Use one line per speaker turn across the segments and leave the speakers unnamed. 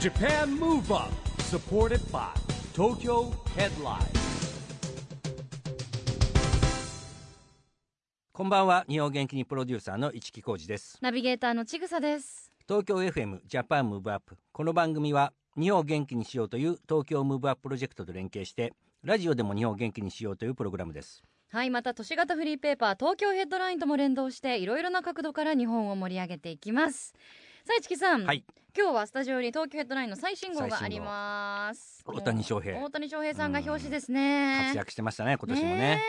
Japan Move Up supported by Tokyo Headline
こんばんは日本元気にプロデューサーの市木浩司です
ナビゲーターのちぐさです。
東京 FM ジャパンムーブアップこの番組は日本を元気にしようという東京ムーブアッププロジェクトと連携してラジオでも日本を元気にしようというプログラムです
はい、また都市型フリーペーパー東京ヘッドラインとも連動していろいろな角度から日本を盛り上げていきます。さあ、市木さん、
はい
今日はスタジオに東京ヘッドラインの最新号
最
が
新号
あります。
大谷翔平
大谷翔平さんが表紙ですね。
活躍してましたね今年もね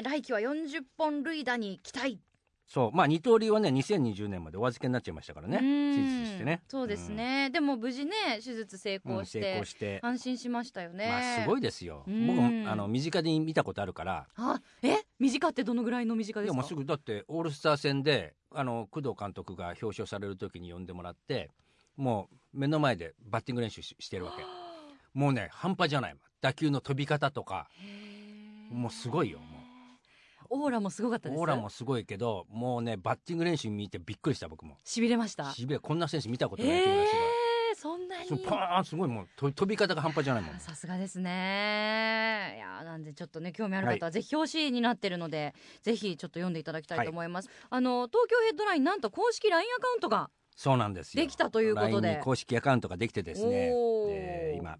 え来季は40本塁打に期待。
そうまあ二刀流はね2020年までお預けになっちゃいましたからね
う
手
ん
術してね
そうですね。でも無事ね、手術成
うん、う
功
ん
して、
成功して
安心しましたよね。
まあすごいですよ
うん
僕あの身近に見たことあるから
あ、え、短ってどのぐらいの短
い
で
や
す
も
か
うすぐだってオールスター戦であの工藤監督が表彰される時に呼んでもらってもう目の前でバッティング練習ししてる わけもうね半端じゃない打球の飛び方とかもうすごいよも
オーラもすごかったです
オーラもすごいけどもうねバッティング練習見てびっくりした僕も
しびれました
しびれこんな選手見たこと
え
ないっていうぐらいすごい
ー、そんなに
そうパーンすごいもうと飛び方が半端じゃないもん
さすがですねいやーなんでちょっとね興味ある方はぜひ表紙になってるので、ぜひちょっと読んでいただきたいと思います、あの東京ヘッドラインなんと公式 LINE アカウントが
そうなんですよ
できたということで
LINE に公式アカウントができてですね
お、ー
えー今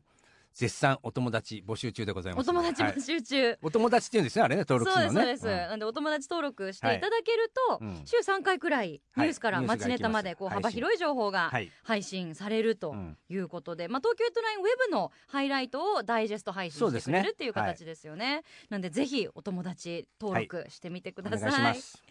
絶賛お友達募集中でございま
お
す
友達
はい
募集中、
お友達っていうんですねあれね登録
そう
す
で
る
す
の
そう
ね
です、なんでお友達登録して
はい
いただけると、
うん
週3回くらいニュースから
はい
街ネタま
ニュー
で
スが
こう
行きます
幅広い情報が
はい
配信されると
うん
いうことで、まあ、東京ヘッドラインウェブのハイライトをダイジェスト配信
そう
し
で
て
す
く
ね
れるっていう形ですよねなんでぜひお友達登録してみてく
お
ださい,、
願いします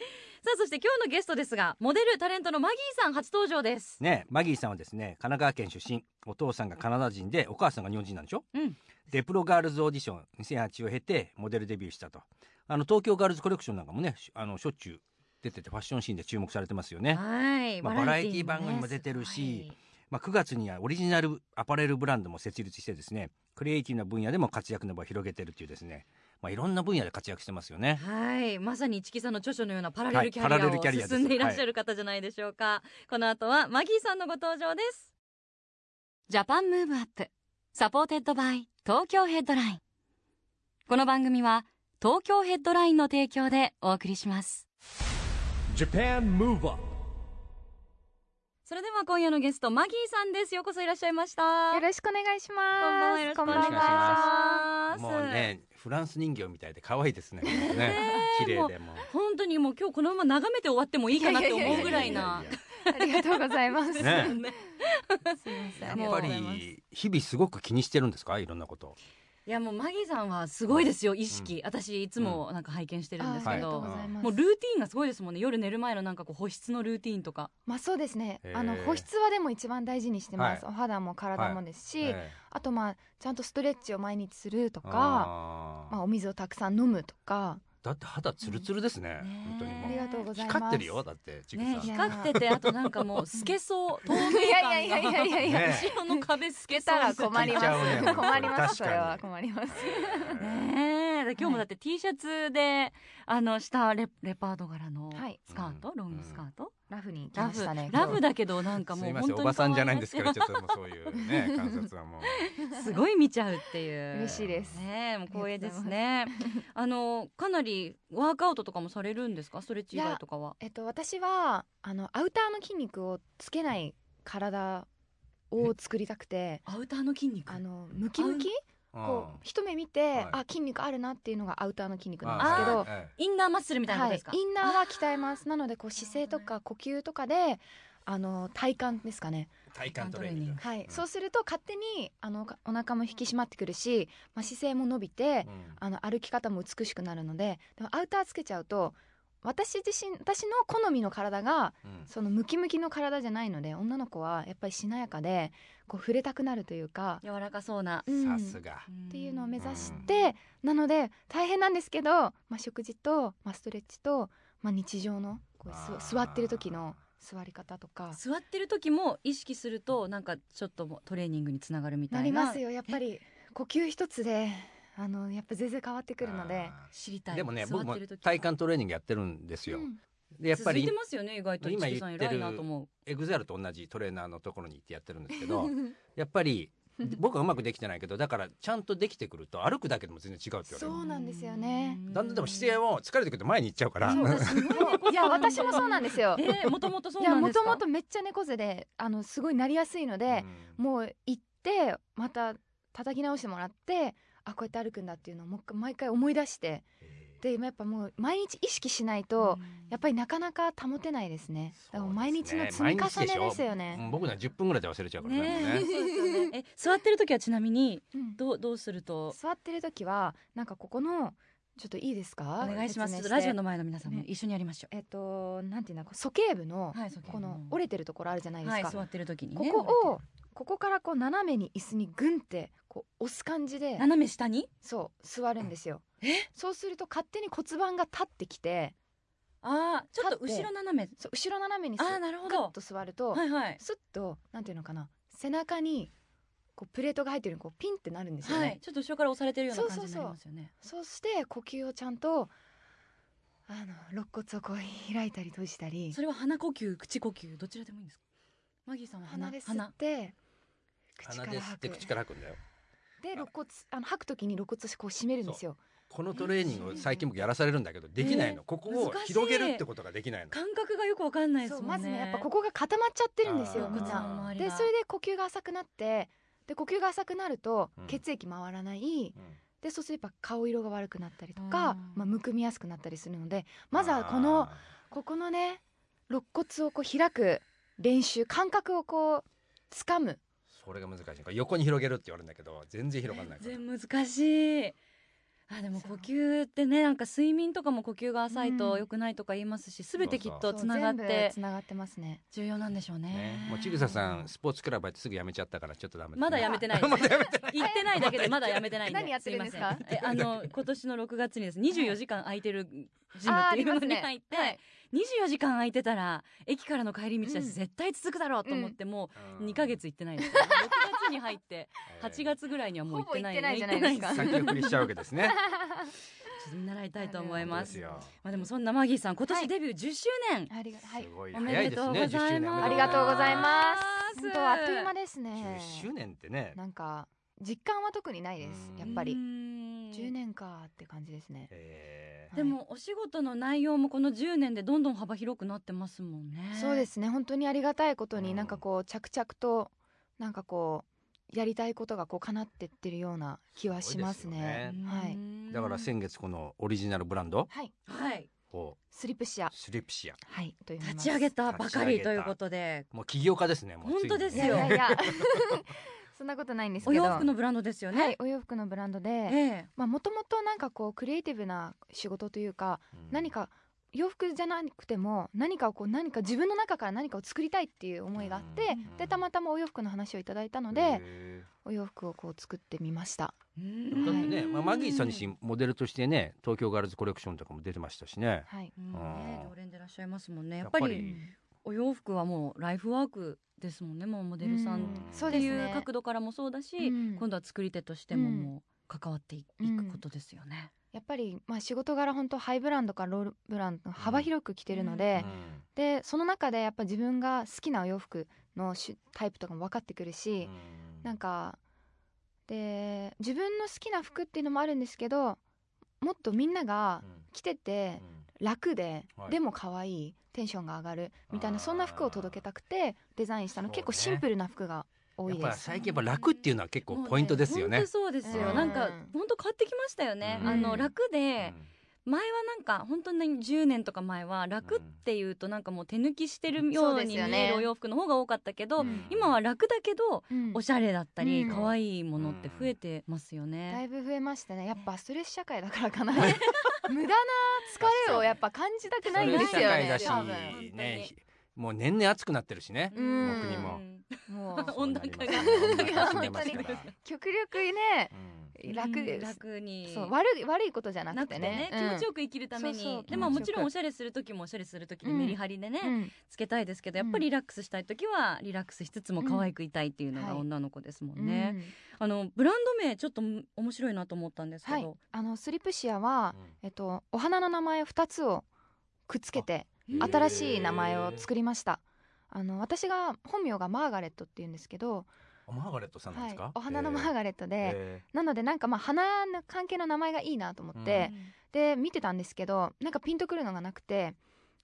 さあそして今日のゲストですがモデルタレントのマギーさん初登場です、
ねマギーさんはですね神奈川県出身お父さんがカナダ人でお母さんが日本人なんでしょ
うん
でプロガールズオーディション2008を経てモデルデビューしたとあの東京ガールズコレクションなんかもねしあのしょっちゅう出ててファッションシーンで注目されてますよね、
はい、
まあバラエティ番組にも出てるしまあ、9月にはオリジナルアパレルブランドも設立してですねクリエイティブな分野でも活躍の場を広げてるっていうですね、まあ、いろんな分野で活躍してますよね
はい、まさに市木さんの著書のようなパラレルキャリ
はいパラレルキャ
ア
リ
を
アです
進んでいらっしゃる方じゃないでしょうか、この後はマギーさんのご登場ですジャパンムーブアップサポーテッドバイ東京ヘッドラインこの番組は東京ヘッドラインの提供でお送りします
Japan Move Up
それでは今夜のゲストマギーさんですようこそいらっしゃいました
よろしくお願いし
こん
ます。
ばんはよろしくお願いし
こんばん
ます
もうねフランス人形みたいで可愛いですねね綺麗でもう
本当にもう今日このまま眺めて終わってもいいかなって思うぐらいな
ありがとうございます。 すい
ね
ま
や
せ
っ
ん。
ぱり日々すごく気にしてるんですかいろんなこと
いやもうマギーさんはすごいですよ意識、私いつもなんか拝見してるんです
ああ
け
りがと
ど、
うございます。
もうルーティンがすごいですもんね夜寝る前のなんかこう保湿のルーティンとか
まあそうですね
へ。ー
あの保湿はでも一番大事にしてます。
は
お肌も体もですし、
ええ
あとまあちゃんとストレッチを毎日するとか、
あー
まあお水をたくさん飲むとか。
だって肌ツルツルですね、
ね
本当に
え
も
あり
う
がとうございます。
光ってるよだってちぐさ
ね
ん、
や
光っててあとなんかもう透けそう透明感が
いやいやいやいやいやい
や
後ろの壁透け
したら
そう
困りま
聞いちゃうね本
す。
当に
困ります。
確か
そ
に
れは困ります。
ええ
ねえで今日もだって T シャツであの下レレパード柄の
はい
スカート、
うん
ロングスカート、
ラフに来
ラ
ま
フ
したね。
ラフ
だ。
だけどなんか
す
もう
い
本
ませ
当に
んおばさんじゃないんです
け
け
ど
どちょっともうそういうね観察はもう
すごい見ちゃうっていう
嬉しいです
ねえもう光栄ですね
あ
あのかなりワークアウトとかもされるんですかストレッチ以
い
外
や
とかは
えっと私はあのアウターの筋肉をつけない体を作りたくて。
アウターの筋肉
あのムキムキこう一目見て、
はい
あ筋肉あるなっていうのがアウターの筋肉
う
なんんですけど、
あ
は
え
インナーマッスルみ
い
たいなことですか、
インナーは鍛えますなのでこう姿勢とか呼吸とかであの体幹ですかね、
え体幹トレーニング
はい
うん
そうすると勝手にあのお腹も引き締まってくるし、まあ、姿勢も伸びて
うん
あの歩き方も美しくなるのででもアウターつけちゃうと私自身私の好みの体が
うん
そのムキムキの体じゃないので女の子はやっぱりしなやかでこう触れたくなるというか、
柔らかそうな
うん
さすが
っていうのを目指し
うん
て、なので大変なんですけど、まあ、食事と、まあ、ストレッチと、まあ、日常のこ
あ
う
ー
す座ってる時の座り方とか
座ってる時も意識するとなんかちょっともうトレーニングにつながるみたい
な
な
りますよやっぱり呼吸一つであのやっぱ全然変わってくるので。
あ
知りた
ー
い
でもね
座
僕
っ
も
てる時
体幹トレーニングやってるんですよ、
うん
でやっぱり
続いてますよね意外と
今
一木さん
言って
偉
る
いなと思う
エグザイルと同じトレーナーのところに行ってやってるんですけどやっぱり僕はうまくできてないけどだからちゃんとできてくると歩くだけでも全然違うって言われる
そうなんですよね
だんだんでも姿勢を疲れてくると前に行っちゃうから
そうだすごい
いや私もそうなんですよ
えーもともとそ
いうや
なん
も
です
と
か
もとめっちゃ猫背であのすごいなりやすいので、
うん
もう行ってまた叩き直してもらってあこうやって歩くんだっていうのをもう一回毎回思い出してでやっぱもう毎日意識しないと、やっぱりなかなか保てないですねだからもう毎日の積み重ねですよね
うん僕なら10分ぐらいで忘れちゃうからね
ね
もうね
えそ うですよねえ座ってる時はちなみに
うん
どうどうすると
座ってる時はなんかここのちょっといいです
お
か
願いしますちょっと
説明
ラ
して
ジオの前の皆さんも一緒にやりましょ
えっとなんていうんだこう鼠径部の
うはいそう
この折れてるところあるじゃないです
はい
か、
座ってる時に
こ
ね
こをここからこう斜めに椅子にグンってこう押す感じで
斜め下に
そう座るんですよそうすると勝手に骨盤が立ってきて
ああちょっと
立って
後ろ斜め
そう後ろ斜めにす
あーなるほ
グッ
ど
と座ると、
はいはい
スッとなんていうのかな背中にこうプレートが入ってるようにこうピンってなるんですよね、
はいちょっと後ろから押されてるような
そう
感じ
そう
に
そ
な
う
りますよね
そして呼吸をちゃんとあの肋骨をこう開いたり閉じたり
それは鼻呼吸口呼吸どちらでもいいんですかマギーさんは鼻
鼻で吸って口
鼻
か
で
ら
吸っ
吐
て
く
口から吐くんだよ
で肋骨あの吐くときに肋骨をこう締めるんですよ
このトレーニングを最近僕やらされるんだけどできないの、
えー
ここを
難しい
広げるってことができないの
感覚がよくわかんないです
そ
も
う
ね
んまずねやっぱここが固まっちゃってるんですよ
あー
みんな
骨
で
の周りが
それで呼吸が浅くなってで呼吸が浅くなると
うん
血液回らない、
うん
でそうすれば顔色が悪くなったりとか、
うん
まあ、むくみやすくなったりするのでまずはこの
あ
ここのね肋骨をこう開く練習感覚をこう掴む
ーそれが難しいのか横に広げるって言われるんだけど全然広がらないから
全然難しいあでも呼吸ってねなんか睡眠とかも呼吸が浅いと
うん
良くないとか言いますし、全てきっ
そ
とつながっ
そう全部
て
つながってますね
重要なんでしょうね
ね、もうちぐささんスポーツクラブやってすぐ辞めちゃったからちょっとダメ
まだや
め
めて ない。
まだやめ
行ってないだけでまだやめてないんで。
何やってるんです
い
か
ま せんえあの今年の6月にですね24時間空いてるジム
あー
っ
あ
てい
り
うの
ます
に
ね
入って、
はい
24時間空いてたら駅からの帰り道だし
うん
絶対続くだろうと思ってもう2ヶ月行ってないです。6月に入 って8月ぐらいにはもう行ってない
ほぼ行ってないじゃな
行っ
いですか
て
先送りしちゃうわけですね
ちょっと見習いたいと思いま
です
す。
よ
まあでもそんなマギーさん今
は
年
い
デビュー10周年
ありがはい
すごい
お
早
め
い
で
で
と
す
う
ね
ご
10
ざい
周年
ます。
ありがとうございま
おめでとうございます。
本当あっという間ですね
10周年ってね、
なんか実感は特にないです
うん
やっぱ
う
り
ん
10年かって感じですね
え
でもお仕事の内容もこの10年でどんどん幅広くなってますもんね。
そうで。すね本当にありがたいこと
う
に
ん
なんかこう着々となんかこうやりたいことがこう叶ってってるような気はします
すごいですよ
ね
ね
はい
ーだから先月このオリジナルブランド
はい
はい
を
スリプシア
スリプシア
はいと言います
立ち上げたばかりということで
もう起業家ですねもうついに
本当です
いやい
よ
やいや そんなことないんです
お
けど
洋服のブランドですよね。
はいお洋服のブランド
え
で
え
まあもともとなんかこうクリエイティブな仕事というか
うん
何か洋服じゃなくても何かをこう何か自分の中から何かを作りたいっていう思いがあって
うん
でたまたまお洋服の話をいただいたので
へ
お洋服をこう作ってみました
う
ー
ん
だってね、まあ、マギーさんにし
う
モデルとしてね東京ガールズコレクションとかも出てましたしね
はい
んね常連でいらっしゃいますもんね。やっぱ
やっぱ
り
り
お洋服はもうライフワークですもんね。もうモデルさ
うんん
って
そうです
いう
ね
角度からもそうだし、
うん
今度は作り手としても
うん
もう関わってい
うん
くことですよね。
やっぱりまあ仕事柄本当ハイブランドからロールブランド幅広く着てるの
う
で、
ん
でその中でやっぱ自分が好きなお洋服の種タイプとかも分かってくるし、なんかで自分の好きな服っていうのもあるんですけどもっとみんなが
うん
着てて
うん
楽で、
はい
でも可愛いテンションが上がるみたいな
あー
そんな服を届けたくてデザインしたの、
そうね
結構シンプルな服が多
や
い
っ
で
ぱ
す。
最近やっぱ楽っていうのは結構ポイントですよ
もう
ね
本当。そうです
う
よ。
ん
なんか本当変わってきましたよね。
うん
あの楽
うん
で前はなんか本当に10年とか前は楽っていうとなんかもう手抜きしてるように見
そうですよ
え
ね
るお洋服の方が多かったけど、
うん
今は楽だけど
うん
おしゃれだったり
うん
可愛いものって増えてますよ
だ
ね。
いぶ増えましたねやっぱストレス社会だからかな 無駄な疲れをやっぱ感じたくないんですよ
それ社会
ね
だし
多分
ね、ひもう年々暑くなってるしね。
うん
僕にも
うん
もう
温暖化が
そうなりますね温暖化進んでますから
極力ね
うん
楽
うん
で
楽に
そう悪い悪いことじゃな
なく
くて
てね
ね
気持ちよく生きるため
そうそ
に
う
でももちろん
気
お
持
しゃれする時もおしゃれする時に
うん
メリハリでね、
うんうん
つけたいですけどやっ
う
ぱ
ん
りリラックスしたい時はリラックスしつつも可愛くいたいっていうのが
うんはい
女の子ですも
うんん
ね。あのブランド名ちょっと面白いなと思ったんですけど、
はいあのスリプシアは、えっと、お花の名前2つをくっつけて新しい名前を作りましたあの私が本名がマーガレットっていうんですけど、
マーガレットさんなん
は
です
い
か、、
お花のマーガレットで、
え
なのでなんかまあ花の関係の名前がいいなと思って、で見てたんですけどなんかピンとくるのがなくて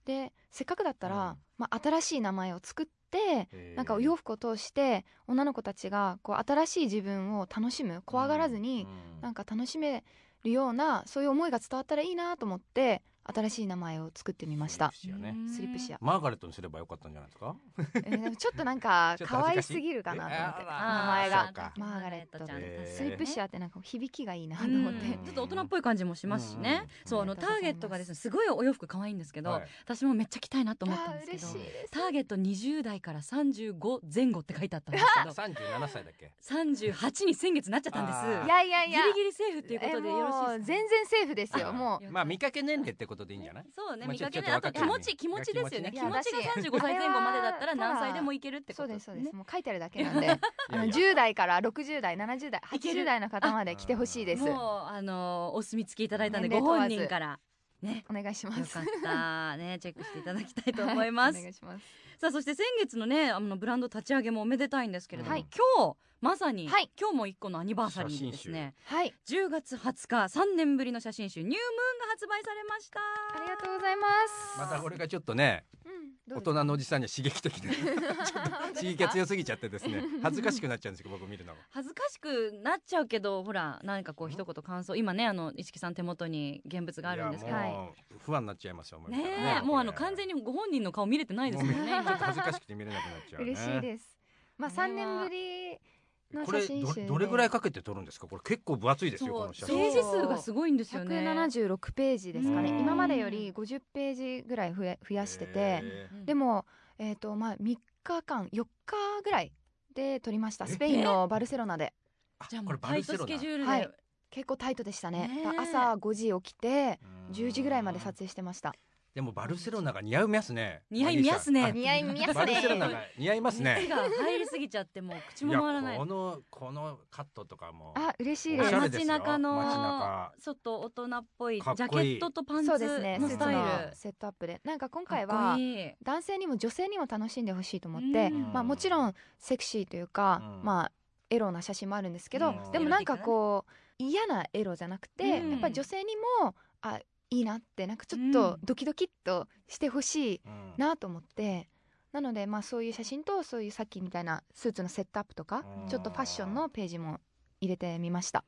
でせっかくだったら、
うん
まあ、新しい名前を作って
ーえー
なんかお洋服を通して女の子たちがこう新しい自分を楽しむ怖がらずに、
うん
なんか楽しめるようなそういう思いが伝わったらいいなと思って新しい名前を作ってみました
スリップシアね
スリップシア、
マーガレットにすればよかったんじゃないですか
えーでもちょっとなんか
ちょっと恥ずかしい
可愛すぎるかなと思っ
え
て
ーあら
名前が
そうか
マーガレット
ちゃん、
えー
スリップシ
ア
アってなんか響きがいいなと
と
思
思っ
ってて、
ちょっと大人っぽい感じもしますしね、
うん
そうあ
あ
の
り
タ
がとう
ー
ご
ゲ
ざいます
ットがですねすごいお洋服可愛いんですけど、
はい
私もめっちゃ着たいなと思った
あ
んです
ー
け
嬉
ど
しいです
ターゲット20代から35前後って書いてあったんです けど
三十七歳だっけ
38に先月なっちゃったんで
あ
い
ー
す。
やいやいや
ギリギリセーフということで
えー
よろし
もう
いですか。
全然セーフですよ
あ
もう
よかった
まあ見かけ年齢ってことでいいんじゃない
そうね、
まあ
見
ちょ
かけね、
ちょ
あ
っと
と
若く
気持ち、気持ちですよね。
い
気
や
持ちが35
だし
歳前後までだったら、
あれは
何歳でもいけるってこ
そう
と。
ですそうです、
ね
もう書いてあるだけなんであの10代から60代70代
いける
80代の方まで来てほしいですお
もう、あのー、お墨付きいただいたんで、
年
ご
齢問
本
わず
人から。 ね、
願いしま
よ
す
かった、ね、チェックしていただきたいと思います
はお。願いします
さあ、そして先月のね、あのブランド立ち上げもおめでたいんですけれども、
はい
今日。まさに、
はい
今日も一個のアニバーサリーですね。
はい
10月20日、3年ぶりの写真集、ニュームーンが発売されました。
ありがとうございます
またこれがちょっとね
うん
大
どうです
人のおじさんには刺激的 で
本当ですか
刺激が強すぎちゃってですね恥ずかしくなっちゃうんですけど僕見るのが
恥ずかしくなっちゃうけどほらなんかこう一言感想今ねあの一木さん手元に現物があるんですけど
いや
ね
も
もう不安になっちゃいますよもう見たら
えもうあの完全
に
にご本人の顔見れてないですもんね
ちょっと恥ずかしくて見れなくなっちゃうね
嬉しいですまあ
これは
3年ぶりの
これ
写真集で
どどれぐらいかけて撮るんですかこれ結構分厚いですよこ
そう
の写
ペ
真
ージ数がすごいんですよね
176ページですかね
うん
今までより50ページぐらい増え増やしてて
え
うん
でも、えーとまあ、3日間4日ぐらいで撮りましたスペインのバルセロナで
あ
じゃあも
こ
う
れ
タ
バ
イ
ルセ
ト
ロナ
スケジュール
は
で
い結構タイトでしたね
ねえ
だから朝5時起きて
うん
10時ぐらいまで撮影してました
でもバルセロナが似合いますね
似合いますね
マギー
似合い見や
さん
す
バルセロナ
ね
が似合います
手
ね
が入りすぎちゃってもう口
い
も
や
回らない
このこのカットとかも
あ嬉しい
お
です
しゃれですよ
街中の
街中
ちょっと大人っぽいジ
かっ
ャケ
こいい
ットとパンツ
そ
の
うですねス
ス
ーツ
タイル
の
タイル
セットアップでなんか今
かっ
回
こ
はい
い
男性にも女性にも楽しんでほしいと思って
うん
まあ、もちろんセクシーというか、
うん
まあエロな写真もあるんですけど、
うん
でもなんかこう嫌なエロじゃなくて、
うん
やっぱり女性にもあいいなってなんかちょっと
うん
ドキドキっとしてほしい
うん
なと思って、なのでまあそういう写真とそういうさっきみたいなスーツのセットアップとか、
うん
ちょっとファッションのページも入れてみました。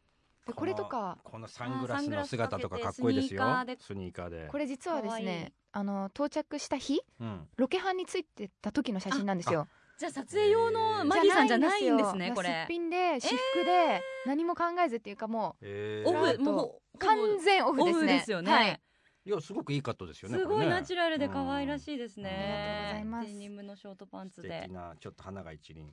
でこれとか
このサングラスの姿とか
あー
かっこいいですよ
サングラスかけて
スニーカーで
これ実はです
かわいい
ねあの到着した日
うん
ロケハンについてた時の写真なんですよ。
じゃあ撮影用のマギーさんじゃないんです
い
ね
や
こ
すっ
れ
ぴんで私服で、何も考えずっていうかも
えー
オ
なん
フも
と
うほぼ
う完全オフですね。
オフですよね、
はい。
いやすごくいいカットですよね
すごいナチュラルで
うん
可愛らしいですね。
ありがとうございます
デニムのショートパンツ
これね素
で
敵。なちょっと花が一輪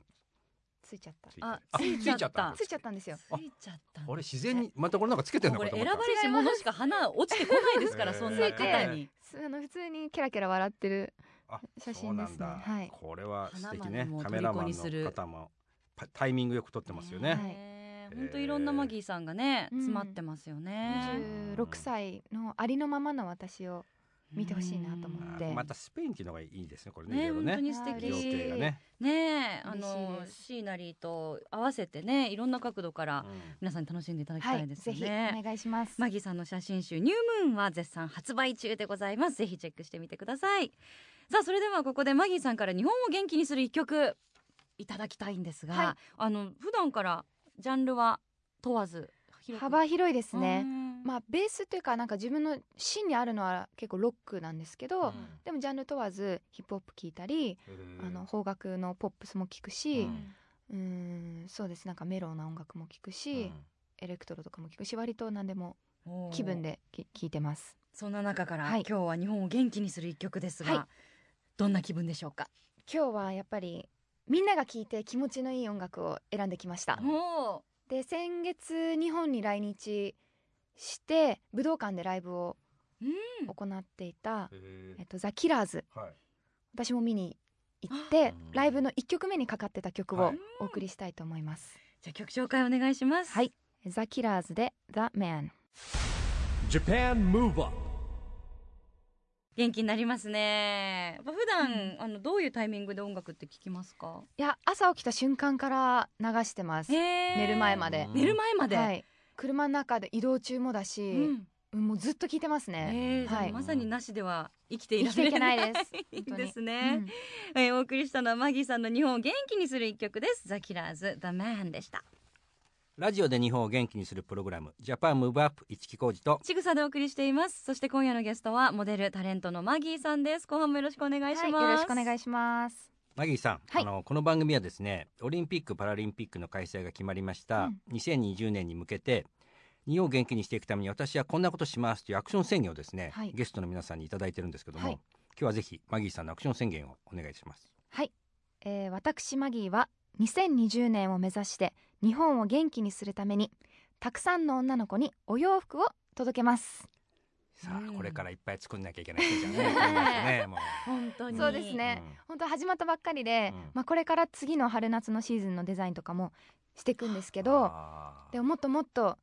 ついちゃった
つい。てる
あ
あ
ついちゃった
ついちゃったんですよ。
ついちゃった。
あれ自然にまたこれなんかつけてるの
こ
か
れ
と
選
思った
ばれし者しか花落ちてこないです から、
違います
そんな方
つい
に。
すあの普通にケラケラ笑ってる。
あ
写真ですね
そうなんだ
はい
これは素敵
花ま
ね
でも
カメラマン
虜にする
の方もパタイミングよく撮ってますよ
ね
ね
え本当いろんなマギーさんがね
うん
詰まってますよね。
十六歳のありのままの私を見てほしいなと思
あ
っ
ー
て
またスペインっていうのがいいですねこれねい
ね
ろいろ
本当
ね
に素敵。
情景がね
ねあ
嬉しい
の
です
シーナリーと合わせてねいろんな角度から皆さんに楽しんでいただきた
はいい、
です
ぜ
よ
ひ
ね。
お願いします。
マギさんの写真集「ニュームーン」は絶賛発売中でございますぜひチェックしてみてくださいさあそれではここでマギーさんから日本を元気にする一曲いただきたいんですが、
はい
あの普段からジャンルは問わず広く
幅広いで
です
ね。
ま
まあベースというかなんか自分の芯にあるのは結構ロックなんですけど、
うん
でもジャンル問わずヒップホップ聞いたり、
うん
あの邦楽のポップスも聞く
う
し、
ん
うーん、そうですなんかメロウな音楽も聞くし、エレクトロとかも聞くし割と何でも
あ
気分でき聞いてます。
そんな中から、
はい
今日は日本を元気にする一曲ですが、
はい
どんな気分でしょうか
今日はやっぱりみんなが聴いて気持ちのいい音楽を選んできました
お
で先月日本に来日して武道館でライブを
うん
行っていた、
うんへ
えっと、ザ・キラーズ
ーはい
私も見に行って
うん
ライブの1曲目にかかってた曲
は
を
い
お送りしたいと思います、
じゃあ曲紹介お願いします
はいザ・キラーズで「The Man
Japan Move Up
元気になりますねやっぱ普段、あのどういうタイミングで音楽って聞きますか
いや朝起きた瞬間から流してます
寝
寝る前まで
うん
寝る前まで、
はい車の中で移動中もだし、
うん
うんもうずっと聞いてますね、
えーじゃあ
はい
まさになしでは生きていら
生
れ
きていけないで す
いい
本当に
ですね、
うん
えーお送りしたのはマギーさんの日本を元気にする一曲ですザキラーズ The Man でした
ラジオで日本を元気にするプログラムジャパンムーブアップ一木工事と
ちぐさでお送りしていますそして今夜のゲストはモデルタレントのマギーさんです後半もよろしくお願いします、
はい、よろしくお願
い
いします
マギーさん、
はい
あのこの番組はですねオリンピック・パラリンピックの開催が決まりました、2020年に向けて日本を元気にしていくために私はこんなことしますというアクション宣言をですね、
はい
ゲストの皆さんに頂いただいてるんですけども、
はい
今日はぜひマギーさんのアクション宣言をお願いします
えー私マギーは2020年を目指して日本を元気にするためにたくさんの女の子にお洋服を届けます
さあ、
うん
これからいっぱい作んなきゃいけない人じゃね
ね
これですねも
本当に
そうです
う、
ね本当始まったばっかりで、
うん
まあ、これから次の春夏のシーズンのデザインとかもしていくんですけどで
も、
ももっともっと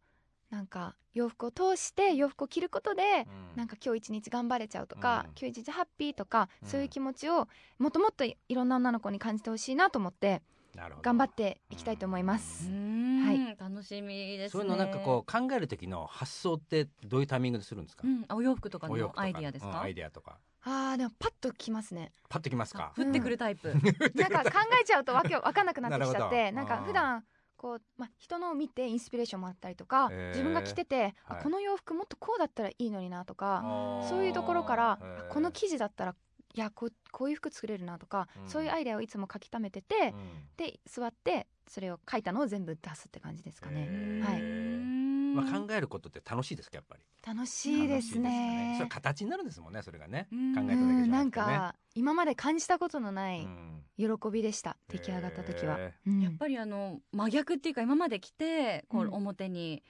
なんか洋服を通して洋服を着ることで、
うん
なんか今日一日頑張れちゃうとか、
うん
今日一日ハッピーとか、
うん
そういう気持ちをもっともっといいろんな女の子に感じてほしいなと思って
なるほど
頑張っていきたいと思います、
うーん、
は
楽しみです
そ
ね
ういうのなんかこう考える時の発想ってどういうタイミングでするんですか、
ん、あお洋服とか
お洋
の
服と
アイディアです
うん
か、
アイデアとか
あーでもパッときま すね
パッときます
あ
か
降ってくるタイプ、
なんか考えちゃうとわけわかんなくなってきちゃっ
なるほ
て
ど
なんか普段こう、まあ、人のを見てインスピレーションもらったりとか、
へー
自分が着てて、あ
はい
この洋服もっとこうだったらいいのになとか、
あー
そういうところから
へー
この生地だったらいやこうこういう服作れるなとか、
うん
そういうアイデアをいつも書き溜めてて、
うん
で座ってそれを書いたのを全部出すって感じですかね、はい
い
まあ、考えることって楽しいですかやっぱり
楽しいですね
楽しいですよねそれ形になるんですもんねそれがね
う
考
ん
えただけ
う
じゃ
んな
なんくてね
か今まで感じたことのな
う
い
ん
喜びでした、出来上がった時は、
へ
うん
やっぱりあの真逆っていうか今まで来てこう
うん
表に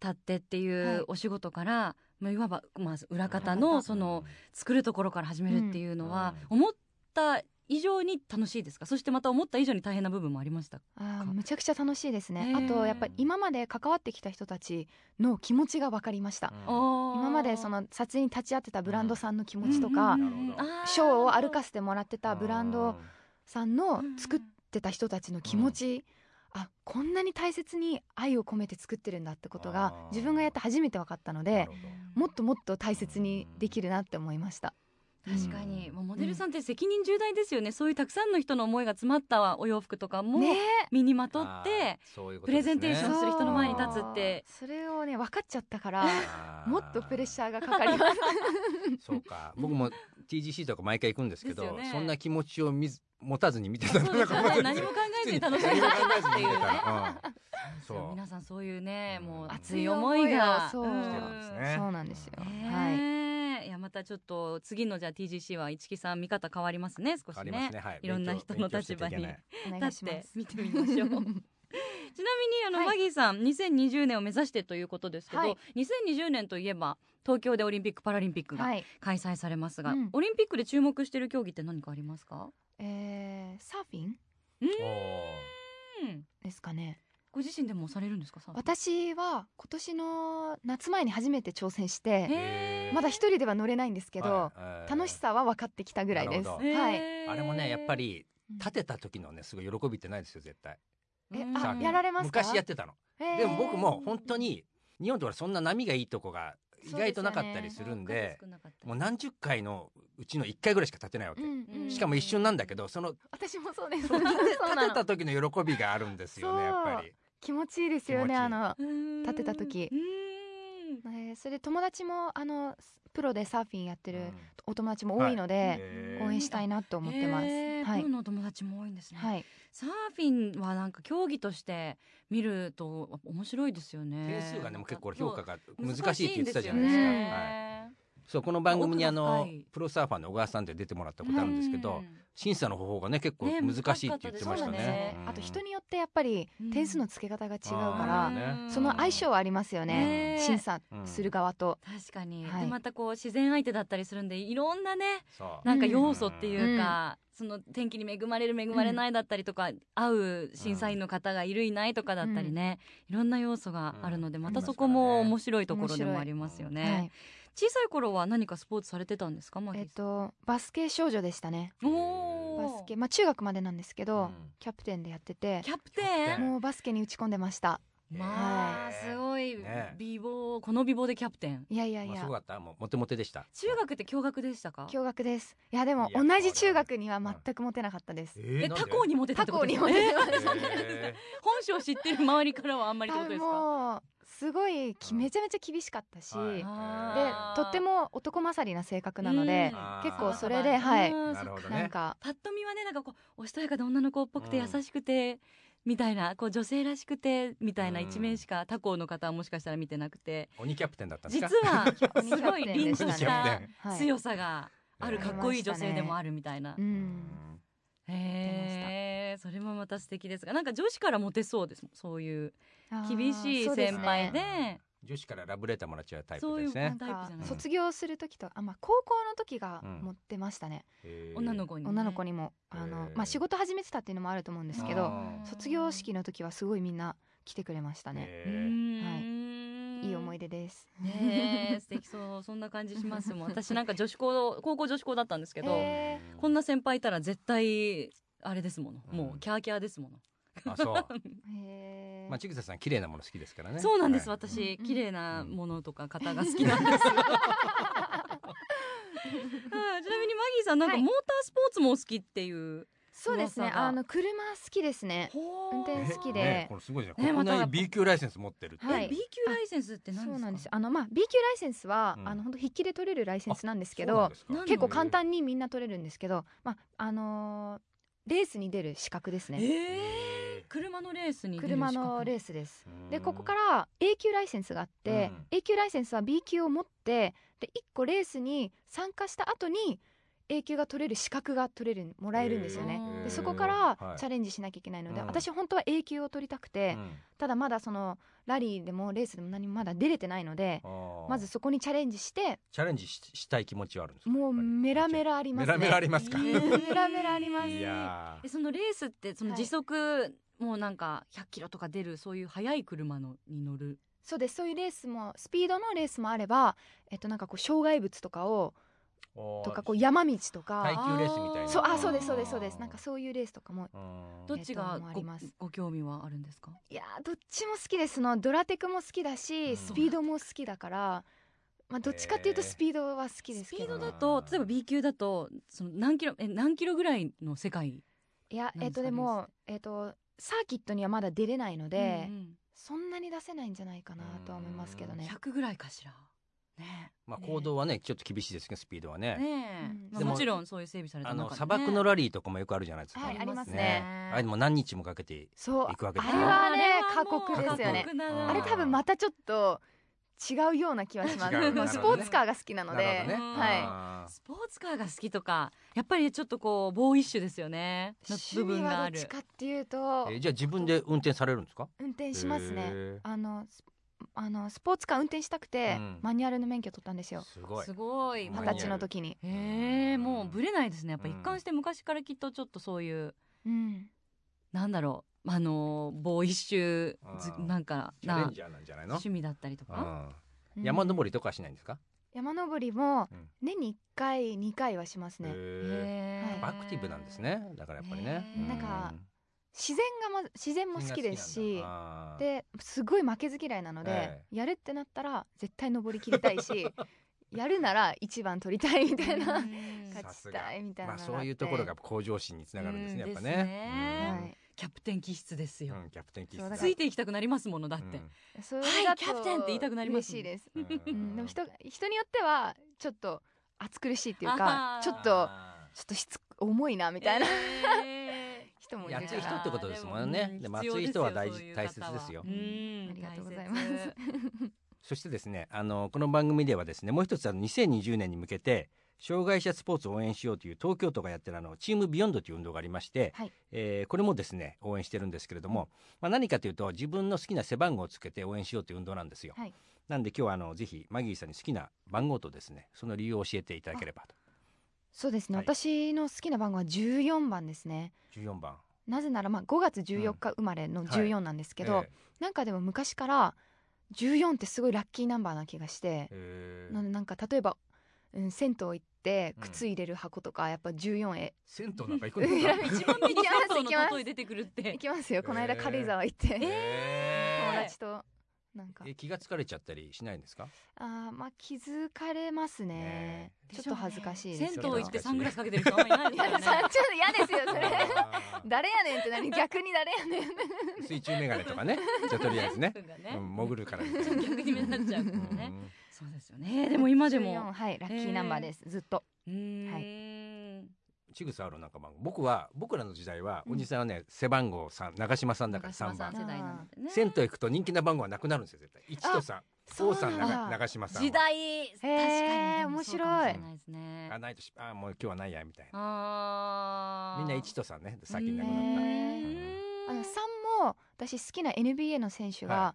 ー
立ってって
はいいう
お仕事から、まあ、いわば、まあ、裏方
裏
の
方
その、作るところから始めるっていうのは、思った以上に楽しいですかそしてまた思った以上に大変な部分もありました
あーむちゃくちゃ楽しいですね、
へー
あとやっぱり今まで関わってきた人たちの気持ちが分かりました、今
今
までその撮影に立ち会ってたブランドさんの気持ちとか、
うんうんなるほど
ショーを歩か
せ
せてもらってたブランドさんの作ってた人たちの気持ち、あこんなに大切に愛を込めて作ってるんだってことが
あー
自分がやって初めて分かったのでもっともっと大切にできるなって思いました。
確かに、もうモデルさんって責任重大ですよね、そういうたくさんの人の思いが詰まったお洋服とかも
ね
身にまとってプレゼンテーシ
え
ョンする人の前に立つって
そうそれをね分かっちゃったからもっとプレッシャーがかかります
そうか僕も TGC とか毎回行くんですけ
です
ど
よね
そんな気持ちを見ず持たずに見てた
そうですよね何 も考えずに楽しみにしてたっていうね
そう
そう皆さんそういうね、
うん
もう熱
熱
い
い
思
思
い
い
が
がそう
してたんですね
そうなんですよ、はい
ねえいやまたちょっと次のじゃあ TGC は一木さん見方変わりますね少し
ありますね
ね
はい
いろんな人の立場に
勉強しなきゃいけない
お願い
立
し
っ
ま
て
す
見てみまし ょうちなみにあの、
はい
マギーさん2020年を目指してということですけど、
はい
2020年といえば東京でオリンピック・パラリンピックが
はい、
開催されますが、
うん
オリンピックで注目している競技って何かありますか、
えー、サーフィン
お
うん、
ですかね
ご自身でもされるんですかさ
私は今年の夏前に初めて挑戦して
へえ
まだ一人では乗れないんですけ
ー
ど、
はい
楽しさは分かってきたぐらいです
なるほ
は
ど
い
へえ
あれもねやっぱり
うん
立てた時のねすごい喜びってないですよ絶対
え
うん
サー
あ
フィン
やられますか
昔やってたの
へー
でも僕も本当に日本とはそんな波がいいとこが意
そうですよね
外となかったりするんで
数少なかった
もう何十回のうちの1回ぐらいしか立てないわけ、
うんうん
しかも一瞬なんだけどその立
私もそうです
て
そうな
立て
の
た時の喜びがあるんですよねや
そ
っ
う
ぱり。
気持ちいいですよ
気持ちいい
ねあの、
立
立てた時
うん
えーそれで友達もあのプロでサーフィンやって
う
る
ん
お友達も多いので、
へ
はい
ー
応援したいなと思ってます、
へー
は
プ
い
ロのお友達も多いんですね、
はい
サーフィンはなんか競技として見ると面白いですよね
点数がねもう結構評価
が
が難しいって言ってたじゃない
難
です
し
か。
いんですよ
はい、そうこの番組にあ
奥が
の
深い
プロサーファーの小川さんって出てもらったことあるんですけど、審査の方法がね結構
ね
難しいって言って
そ
ま
う
し
な
た
ん
ね
ですよね、
うん
あと人によってやっぱり
うん
点数の付け方が違うか
あ
ら、
ーね
その相性はありますよね、
ね
審査する側と、
確かに、
はい
でまたこう自然相手だったりするんでいろんなね
そう
なんか要素っていうか、その天気に恵まれる恵まれないだったりとか、合う審査員の方がいるいないとかだったりね、いろんな要素があるのでまたそこも面白いところでもありますよね。
はい
小さい頃は何かスポーツされてたんですかマギ
え
ー
っ
さん
とバスケ少女でしたね
お
バ
ー
スケまあ中学までなんですけど、
うん
キャプテンでやってて
キャプテン
もうバスケに打ち込んでました
まあ
へえ
すごい
ね
美貌この美貌でキャプテン
いやいやい
まあ、
や
すごかったもうモテモテでした
中学って共学でしたか
驚愕ですいやでも
いや
同じ中学には全くモテなかったです
え
え他校
に
にモテたってことですか
他校にモテ てま
えー本性知ってる周りからはあんまりって
多
ことで
分
すか
もうすごいき
うん
めちゃめちゃ厳しかったし、
はい
で
あ
あー
とっても男勝りな性格なので
うん、
あー
結構それではい
うん
なるほどね
なんか
パッと見はねなんかこうおしとやかで女の子っぽくて
うん
優しくて、みたいなこう女性らしくてみたいな
うん
一面しか他校の方はもしかしたら見てなくて
鬼キャプテンだったんです
実
か
は
鬼キ
す
ャ
ご
プ
い
テンで
凛
した
と
ね
した
はい
強さがある
えー
かっこいい女性でもあるみたいな
う。
うんん
へえそれもまた素敵ですがなんか女子からモテそうですもんそういう
あー
厳しい
そうです
先
ね
輩で
女子からラブレターもらっちゃうタイ
そ
プ
うい
で
う
す
タイ
ね
プじゃない
うん
卒業する時とあまあ高校の時が
うん
持ってましたね、
へー
女の子にね、
女の子にもあの、まあ、仕事始めてたっていうのもあると思うんですけ
あ
ど
ー
卒業式の時はすごいみんな来てくれましたね、
う
へ
ーん
いい思い
出
出です
ねえ素敵そうそんな感じします もん私なんか女子校高校女子校だったんですけど、
え
ー
こんな先輩いたら絶対あれですもの、もうキャーキャーですもの、
あそう
へー
まあ、ちぐささん綺麗なもの好きですからね。
そうなんです、
はい
私、
うん
綺麗なものとか型が好きなんですよ、はいちなみにマギーさんなんか
は
モ
い
ータースポーツもお好きっていう、
そうですね
噂が
あの車好きですね運転好きで
ねこれすごいじゃん。
ねま
国
た
内 B 級ライセンス持ってるって。
は
え
い
B 級ライセンスって何ですか
そうなんですよあのまあ B 級ライセンスは、
うん
あの本当筆記で取れるライセンスなんですけ
そうな
ど
んです
なん
か
の
結構簡。単にみんな取れるんですけどまああのーレースに出る資格です
え
ね
ー車のレースに出る資
車
格
のレースです
うん
でここから A 級ライセンスがあって、A 級ライセンスは B 級を持ってで1個レースに参加した後に A 級が取れる資格が取れるもらえるんですよね
へ。ー
でそこから
はい
チャレンジしなきゃいけないので、
うん
私本当は A 級を取りたくて、
うん
ただまだそのラリーでもレースでも何もまだ出れてないので
あー
まずそこにチャレンジして
チャレンジししたい気持ちはあるんですか。
もうメラメ
ラ
ラありま
メ
す
ラ
ね。
メラありますか。
え
い
ー
メラメ ラあります
やー
えそのレースってその
はい
時速、もうなんか100キロとか出るそういう速い車のに乗る
そうですそういうレースもスピードのレースもあれば、えっと、なんかこう障害物とかをとかこう山道と
耐
か
久レースみたいな。
そう
あ
あ
ー
そうですそうですそうですなんかそういうレースとかも
うん。
どっちが
えっともうあ
ご,、
ります
ご興味はあるんですか
いやーどっちも好きですそのドラテクも好きだし、
うん
スピードも好きだから、まあ、どっちかっていうと
へー
スピードは好きです
ス
け
ピ
ど
ードだ
あ
と
ー
例えば B 級だとその何キロえ何キロぐらいの世界
いや
何
えっ、
ですか
とでもえっ、とサーキットにはまだ出れないので、
うん
そんなに出せないんじゃないかなとは思いますけど
うん
ね、
100ぐらいかしらね
まあ行動はねちょっと厳しいですけどスピードは
え
ね。
ねえ
うん
まあ
でも
もちろんそういう整備された
あ
中で、ね、
の砂漠のラリーとかもよくあるじゃないですか。
はいありますね
あれで
も
も何日もかけて。
そう
行くわけ
あ
です
れ
ね
は
あ
ね
れ
過
はもう
酷ですよね
過酷だな
あれ多分またちょっと違うような気はします、
違う
もうスポーツカーが好きなの
なる
で
ほどね。
はい
あー
スポーツカーが好きとかやっぱりちょっとこうボーイッシュですよねの部
趣味
分があ
はどっ
る
ちかっていうと
えーじゃあ自分で運転されるんですか
運転しますね、
へ
あのスあのスポーツカー運転したくて、
うん
マニュアルの免許取ったんです
ー
よ
すごい
すごい
マニ
二
ュア
十
ル
歳の時に、
へえもうぶれないですねやっぱ一
うん
貫して昔からきっとちょっとそういう
うん、
なんだろうあのボーイッシュず
あー
なんか
チャレ
な
ンジャーなんじゃないの
趣味だったりとか
うん山登りとかはしないんですか
り山登りも
うん
年に1回2回はしますね、
へ
へ
はい
ーアクティブなんですねだからやっぱりね
へー
なんか自然がまず自然も好きですし
で
ですごい負けず嫌いなので、
え
やるってなったら絶対登りきりたい しやるなら一番取りたいみたいな、
うん
勝ちたいみたいな
ま
の
あそ
があって
ういうところが向上心につながるんですねや
うん
っぱ
です
は
ね
ね
い、
キャプテン気質です
う
よ
んうんキャプテン気質
そう
だ
だ
ついていきたくなりますものだっ
う
て
ん
それ
は
だ
いキ
と
ャプテンって言いたくなります
嬉しいで す、
うん
う
うん
ん、でも人が人によってはちょっと暑苦しいっていうか
あー
ちょっと
あ
ちょっとしつ重いなみたいな
えー
人も い
や
る
っ
か
てる
ら
人ってことですもんね
うん
でも
必要
熱い人は大事
ですよ
大切ですよ
そういう方はうん
ありがとうございます
大切
ーそしてですねあのこの番組ではですねもう一つあの2020年に向けて障害者スポーツを応援しようという東京都がやってるあのチームビヨンドという運動がありまして、
はい
えーこれもですね応援してるんですけれども、まあ、何かというと自分の好きな背番号をつけて応援しようという運動なんですよ。
はい
なんで今日はあのぜひマギーさんに好きな番号とですねその理由を教えていただければと。
そうですね、
はい
私の好きな番号は14番ですね
14番。
なぜならまあ5月14日生まれ
は
の
い
14なんですけど、
え
なんかでも昔から14ってすごいラッキーナンバーな気がして、
え
なのでなんか例えば、うん、銭湯行って
うん
靴入れる箱とか、やっぱ14へ
銭湯なんか行くんですか
選一番目
ミニ
に
銭湯
行きま
の
す
例え出てくるっ
行
て
きますよこの間
えー
軽井沢行って、
え
友達となんか
ーえ気が疲れちゃったりしないんですか
あーまあ気づかれますね
ね
ちょっと恥ずかしいで
銭
す
湯
け
銭
ど
湯
行
行
っ
って
て
サ
サ
ン
ン
グ
グ
ラ
ラ
ス
ス
か
かけてる人あんまいないで
い
す
や
よね
それちょっと嫌ですよそれ
あー
誰やねんってなに逆に誰やねん
水中メガネとかねじゃあとりあえずね、うん、潜
る
るからみたいな
逆に目立っちゃうから
うん
ねそうですよね でも今で
14
も
はいラッキーナンバーです、ずっと
うーん
ちぐさあるなんか番組僕は僕らの時代はおじさんはね、背番号3長嶋さんだから
長
3
嶋さん
番
世代なのでね
銭湯行くと人気な番号はなくなるんですよ絶対1と3王さん
そう
長
なんだ
長嶋さんは
時代確かにでもそうかもし
面白い
れないですね
あないとしあもう今日はないやみたいな
あー
みんな1と3ね先になく
う
なっ
ーん
あの3も私好きな NBA の選手が、
は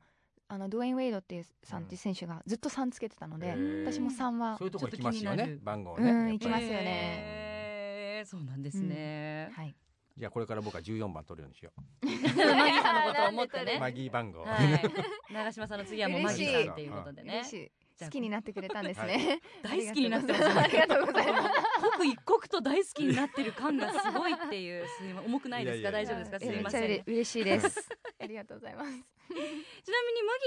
あのドウェイン・ウェイドっていうさんっていう選手がずっと3つけてたの
へ
で、
ー
私も3
た
は
そういうとこ行きますよ
ちょっと気に
ね
なる
番号ね
うん
やっ
行き
ぱ
ま
り
すよね
へーそうなんですね、
はい
じゃあこれから僕は14番取るようにしよ
マギーさんのことを思って
う
え
ね
マギー番号
はい、長嶋さんの次はもうマギーさんっていうことでね
嬉しい
じゃあ
好きになってくれたんですね、
大好きになってます
ありがとうございます
刻一刻と大好きになってる感がすごいっていうすいま重くないですか
いやいやい
大
や
丈夫ですかす
え
い
めっ
ま
ちゃ
せんちなみに
嬉しいです ありがとうございます
マギ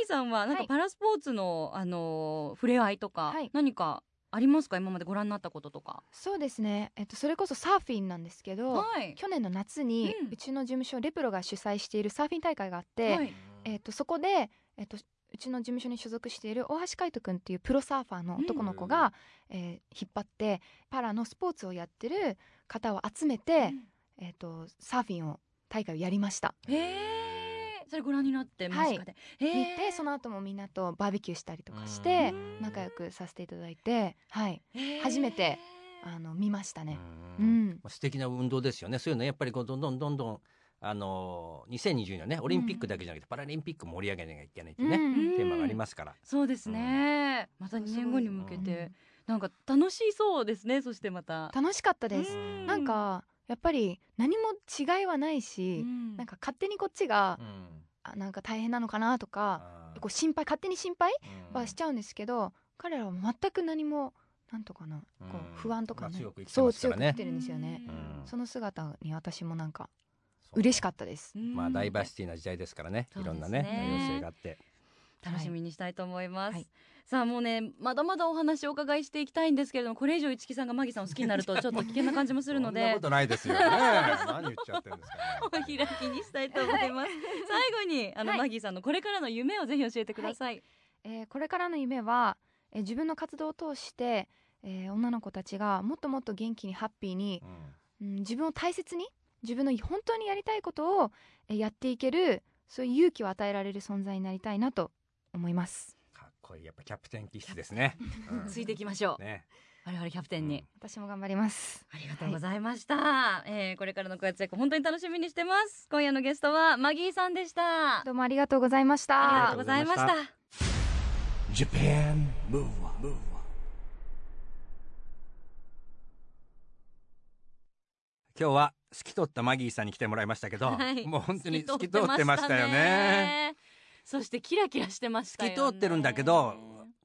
ーさんはなん
は
か
い
パラスポーツの、あのー触れ合いとか、
はい
何かありますか今までご覧になったこととか
そうですねえっとそれこそサーフィンなんですけど、
い
去年の夏に、
う
うんちの事務所レプロが主催しているサーフィン大会があって、
はい
えっとそこで、えっとうちの事務所に所属している大橋海人君っていうプロサーファーの男の子が、えー引っ張ってパラのスポーツをやってる方を集めて、えっとサーフィンを大会をやりました。
へえそれご覧になって間近で、へ
見
え
てその後もみんなとバーベキューしたりとかし
う
て
ん
仲良くさせていただいて、はい、
へー
初めてあの見ました
う
ね。
う
うんん
まあ素敵な運動ですよねそういうのやっぱりこうどんどんどんどんあのー2020年ねオリンピックだけじゃなくてパラリンピックも盛り上げなきゃいけないっていうね、
うん
テーマがありますから
そうですね、また2年後に向けて、なんか楽しそうですねそしてまた
楽しかったです。
うん
なんかやっぱり何も違いはないし、なん
か
か勝手にこっちが
う、
あなんか大変なのかなとか、
ん
こう心配勝手に心配
うん
はしちゃうんですけど、彼らは全く何もなんとかなこ
うん
う不安と
ま
か
あ
ね、
強く生きて
そ
ま
う
すから
強く生
ね
きてるんですよね。
うん
その姿に私もなんか嬉しかったです。
まあダイバーシ
テ
ティな時代ですからね
そう
い
です
ろ
ね
んなね多様性があって
楽しみにしたいと思います、
はい
さあもうねまだまだお話をお伺いしていきたいんですけれどもこれ以上市木さんがマギさんを好きになるとちょっと危険な感じもするの
そんな
で
ことないですよね何言っちゃってるんですか、
お開きにしたいと思います 最後にあの、
はい
マギーさんのこれからの夢をぜひ教えてください、
えーこれからの夢は、えー自分の活動を通して、えー女の子たちがもっともっと元気にハッピーに、
うん
うん自分を大切に自分の本当にやりたいことを、えーやっていけるそういう勇気を与えられる存在になりたいなと思います。
かっこいいやっぱキャプテン気質ですね。うん
ついていきましょう、
ね、
我々キャプテンに、
うん
私も頑張ります。
ありがとうございました、えーこれからのご活躍本当に楽しみにしてます今夜のゲストはマギーさんでした
どうもありがとうございまし
あり
た
が。とうございまし
あり
た
がとう Japan Move Up 今日は透き通ったマギーさんに来てもらいましたけど、
はい
もう本当に透き通ってましたよね。
そしてキラキラしてましたよね
透き通ってるんだけど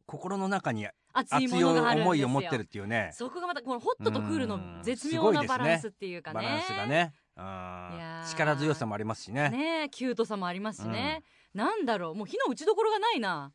心の中に
熱
熱
い
い
ものがあるんですよ
思いを持ってるっていうね
そこがまたこのホットとクールの絶妙
うんすご
な
いです
バ
ね
ランスっていうかね
バランスがねう
いや
ん
ー
力強さもありますしね
ねえキュートさもありますしね、なんだろうもう火の打ちどころがないな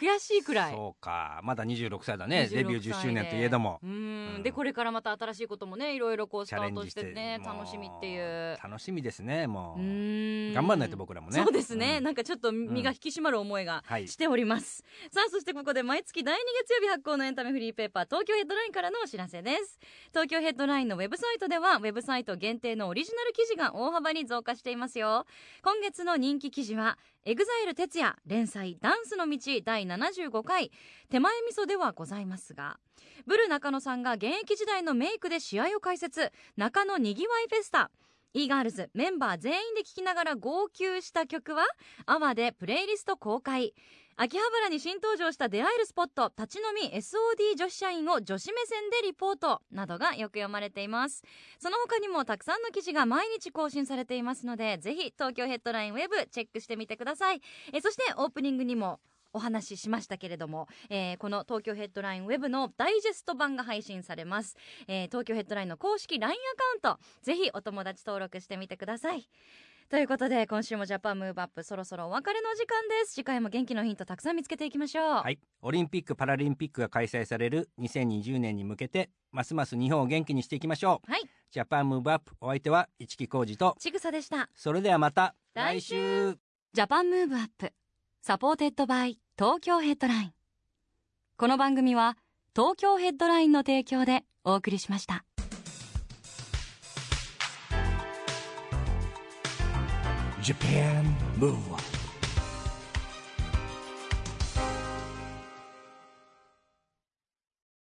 悔しいくらい
そうかまだ26歳だね
26
デビュー10周年といえども
うーん、
うん
でこれからまた新しいこともねいろいろこうス
チ
タ
ャレ
ー
ン
ト
ジ
し
してて
ね
もう
楽しみっていう
楽しみですねも
う
う
ーん
頑張んないと僕らもね
そうですね、
うん
なんかちょっと身が引き締まる思いが
はい
しております、さあそしてここで毎月第2月曜日発行のエンタメフリーペーパー東京ヘッドラインからのお知らせです東京ヘッドラインのウェブサイトではウェブサイト限定のオリジナル記事が大幅に増加していますよ今月の人気記事はエグザイル哲也連載ダンスの道第75回手前味噌ではございますがブル中野さんが現役時代のメイクで試合を解説中野にぎわいフェスタ e ガールズメンバー全員で聴きながら号泣した曲はアワでプレイリスト公開秋葉原に新登場した出会えるスポット立ち飲み SOD 女子社員を女子目線でリポートなどがよく読まれていますその他にもたくさんの記事が毎日更新されていますのでぜひ東京ヘッドラインウェブチェックしてみてくださいえそしてオープニングにもお話ししましたけれども、えーこの東京ヘッドラインウェブのダイジェスト版が配信されます、えー東京ヘッドラインの公式 LINE アカウントぜひお友達登録してみてくださいということで今週もジャパンムーブアップそろそろお別れの時間です次回も元気のヒントたくさん見つけていきましょう、
はい、オリンピック・パラリンピックが開催される2020年に向けてますます日本を元気にしていきましょう、
はい
ジャパンムーブアップお相手は市木浩二と
ちぐさでした
それではまた
来
来週
ジャパンムーブアップサポーテッドバイ東京ヘッドラインこの番組は東京ヘッドラインの提供でお送りしました
Japan Move Up